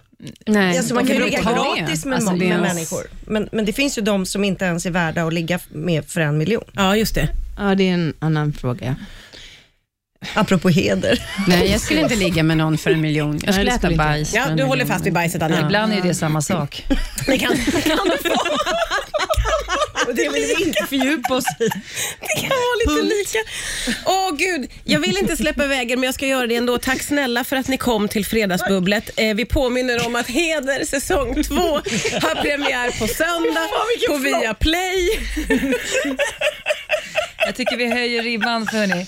[SPEAKER 5] Nej,
[SPEAKER 4] Alltså, man
[SPEAKER 5] de
[SPEAKER 4] kan ju
[SPEAKER 5] vill
[SPEAKER 4] ligga
[SPEAKER 5] ta
[SPEAKER 4] gratis
[SPEAKER 5] det.
[SPEAKER 4] med,
[SPEAKER 5] Alltså,
[SPEAKER 4] med
[SPEAKER 5] det är ens-
[SPEAKER 4] människor. Men, men det finns ju de som inte ens är värda att ligga med för en miljon.
[SPEAKER 2] Ja, just det.
[SPEAKER 6] Ja, det är en annan fråga.
[SPEAKER 4] Apropå heder.
[SPEAKER 5] Nej, jag skulle inte ligga med någon för en miljon. Jag skulle
[SPEAKER 3] det
[SPEAKER 5] äta
[SPEAKER 3] skulle jag
[SPEAKER 5] bajs.
[SPEAKER 2] Ja,
[SPEAKER 5] för en
[SPEAKER 2] du håller
[SPEAKER 5] miljon.
[SPEAKER 2] fast vid bajset, Anna.
[SPEAKER 3] Ibland är det samma sak.
[SPEAKER 2] Ni kan, <laughs> ni kan få. Och det vill vi inte fördjupa oss i. Det kan vara lite lika. Åh gud, jag vill inte släppa vägen men jag ska göra det ändå. Tack snälla för att ni kom till Fredagsbubblet. Eh, vi påminner om att Heder säsong 2 har premiär på söndag på Viaplay.
[SPEAKER 3] Jag tycker vi höjer ribban för hörni.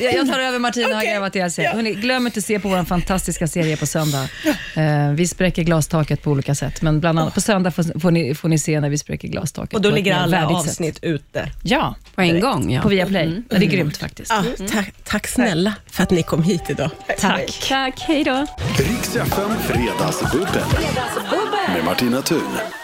[SPEAKER 3] Jag, jag tar över Martina och har grävat ihjäl sig. Hörni, glöm inte att se på vår fantastiska serie på söndag. Eh, vi spräcker glastaket på olika sätt, men bland annat på söndag får, får, ni, får ni se när vi spräcker glastaket.
[SPEAKER 4] Och då
[SPEAKER 3] på ett
[SPEAKER 4] ligger
[SPEAKER 3] mer
[SPEAKER 4] alla
[SPEAKER 3] värdigt
[SPEAKER 4] avsnitt ute.
[SPEAKER 3] Sätt. Ja,
[SPEAKER 5] På en gång, ja.
[SPEAKER 3] på Viaplay. Ja, det är grymt faktiskt.
[SPEAKER 2] Ja, tack, tack snälla för att ni kom hit idag.
[SPEAKER 5] Tack. Tack, hej då.
[SPEAKER 1] Riks FM Fredagsbubbel. Med Martina Thun.